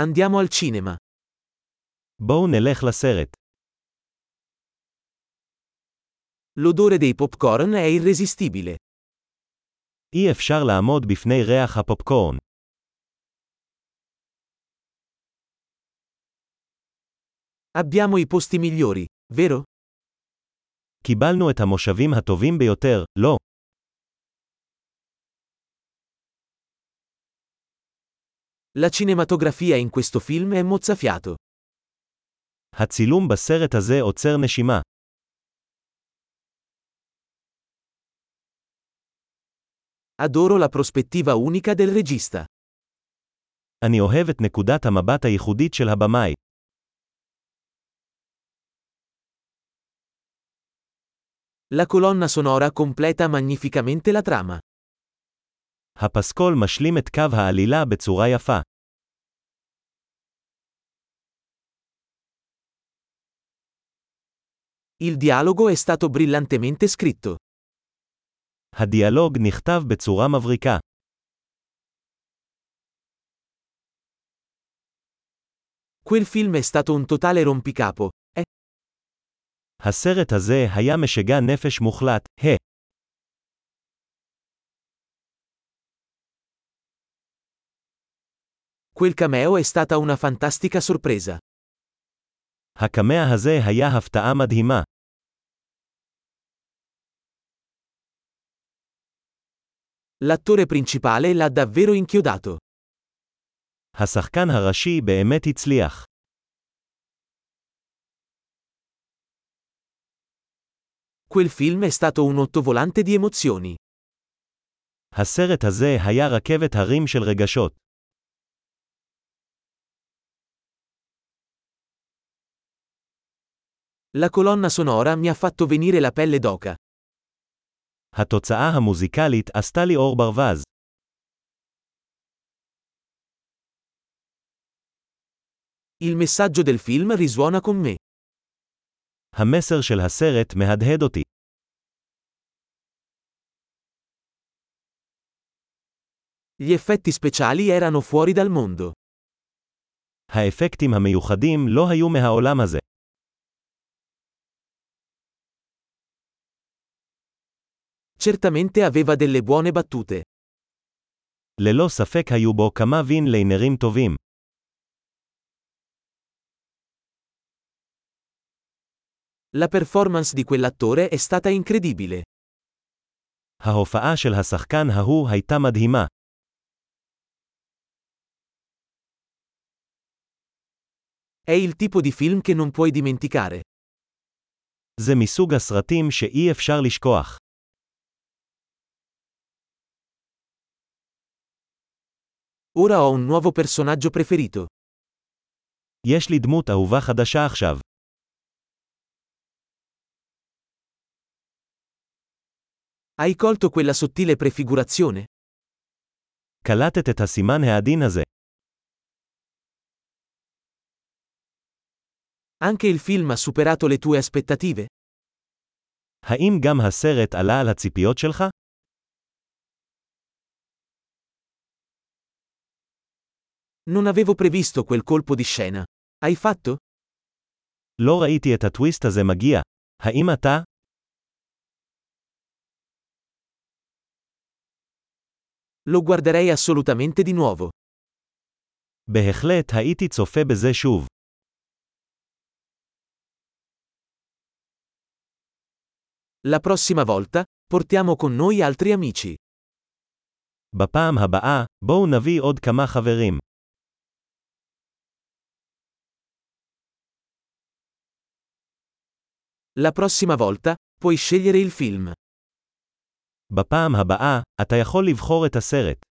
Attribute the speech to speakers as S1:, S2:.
S1: Andiamo al cinema.
S2: בואו נלך לסרט.
S1: L'odore dei popcorn è irresistibile.
S2: אי אפשר לעמוד בפני ריח הפופקורן.
S1: Abbiamo i posti migliori, vero?
S2: קיבלנו את המושבים הטובים ביותר, לא.
S1: La cinematografia in questo film è mozzafiato.
S2: הצילום בסרט הזה עוצר נשימה.
S1: Adoro la prospettiva unica del regista.
S2: אני אוהב את נקודת המבט הייחודית של הבמאי.
S1: La colonna sonora completa magnificamente la trama.
S2: הפסקול משלים את קו העלילה בצורה יפה.
S1: Il dialogo è stato brillantemente scritto.
S2: הדיאלוג נכתב בצורה מבריקה.
S1: Quel film è stato un totale rompicapo. Eh,
S2: הסרט הזה היה משגע נפש מוחלט, ה.
S1: quel cameo è stata una fantastica sorpresa.
S2: הקמע הזה היה הפתעה מדהימה.
S1: L'attore principale l'ha davvero inchiodato.
S2: השחקן הראשי באמת הצליח.
S1: Quel film è stato un ottovolante di emozioni.
S2: הסרט הזה היה רכבת הרים של רגשות.
S1: La colonna sonora mi ha fatto venire la pelle d'oca.
S2: התוצאה המוזיקלית עשתה לי אור ברווז.
S1: Il messaggio del film risuona con me.
S2: המסר של הסרט מהדהד אותי.
S1: Gli effetti speciali erano fuori dal mondo.
S2: האפקטים המיוחדים לא היו מהעולם הזה.
S1: Certamente aveva delle buone battute.
S2: ללא ספק היו בו כמה וין ליינרים טובים.
S1: La performance di quell'attore è stata incredibile.
S2: ההופעה של השחקן ההוא הייתה מדהימה.
S1: È il tipo di film che non puoi dimenticare.
S2: זה מסוג הסרטים שאי אפשר לשכוח.
S1: Ora ho un nuovo personaggio preferito.
S2: יש לי דמות אהובה חדשה עכשיו.
S1: Hai colto quella sottile prefigurazione?
S2: קלטת את הסימן העדין הזה.
S1: Anche il film ha superato le tue aspettative?
S2: האם גם הסרט עלה על הציפיות שלך?
S1: Non avevo previsto quel colpo di scena. Hai fatto?
S2: לא ראיתי את הטוויסט הזה מגיע. האם אתה?
S1: Lo guarderei assolutamente di nuovo.
S2: בהחלט הייתי צופה בזה שוב.
S1: La prossima volta, portiamo con noi altri amici.
S2: בפעם הבאה, בואו נביא עוד כמה חברים.
S1: La prossima volta, puoi scegliere il film.
S2: בפעם הבאה, אתה יכול לבחור את הסרט.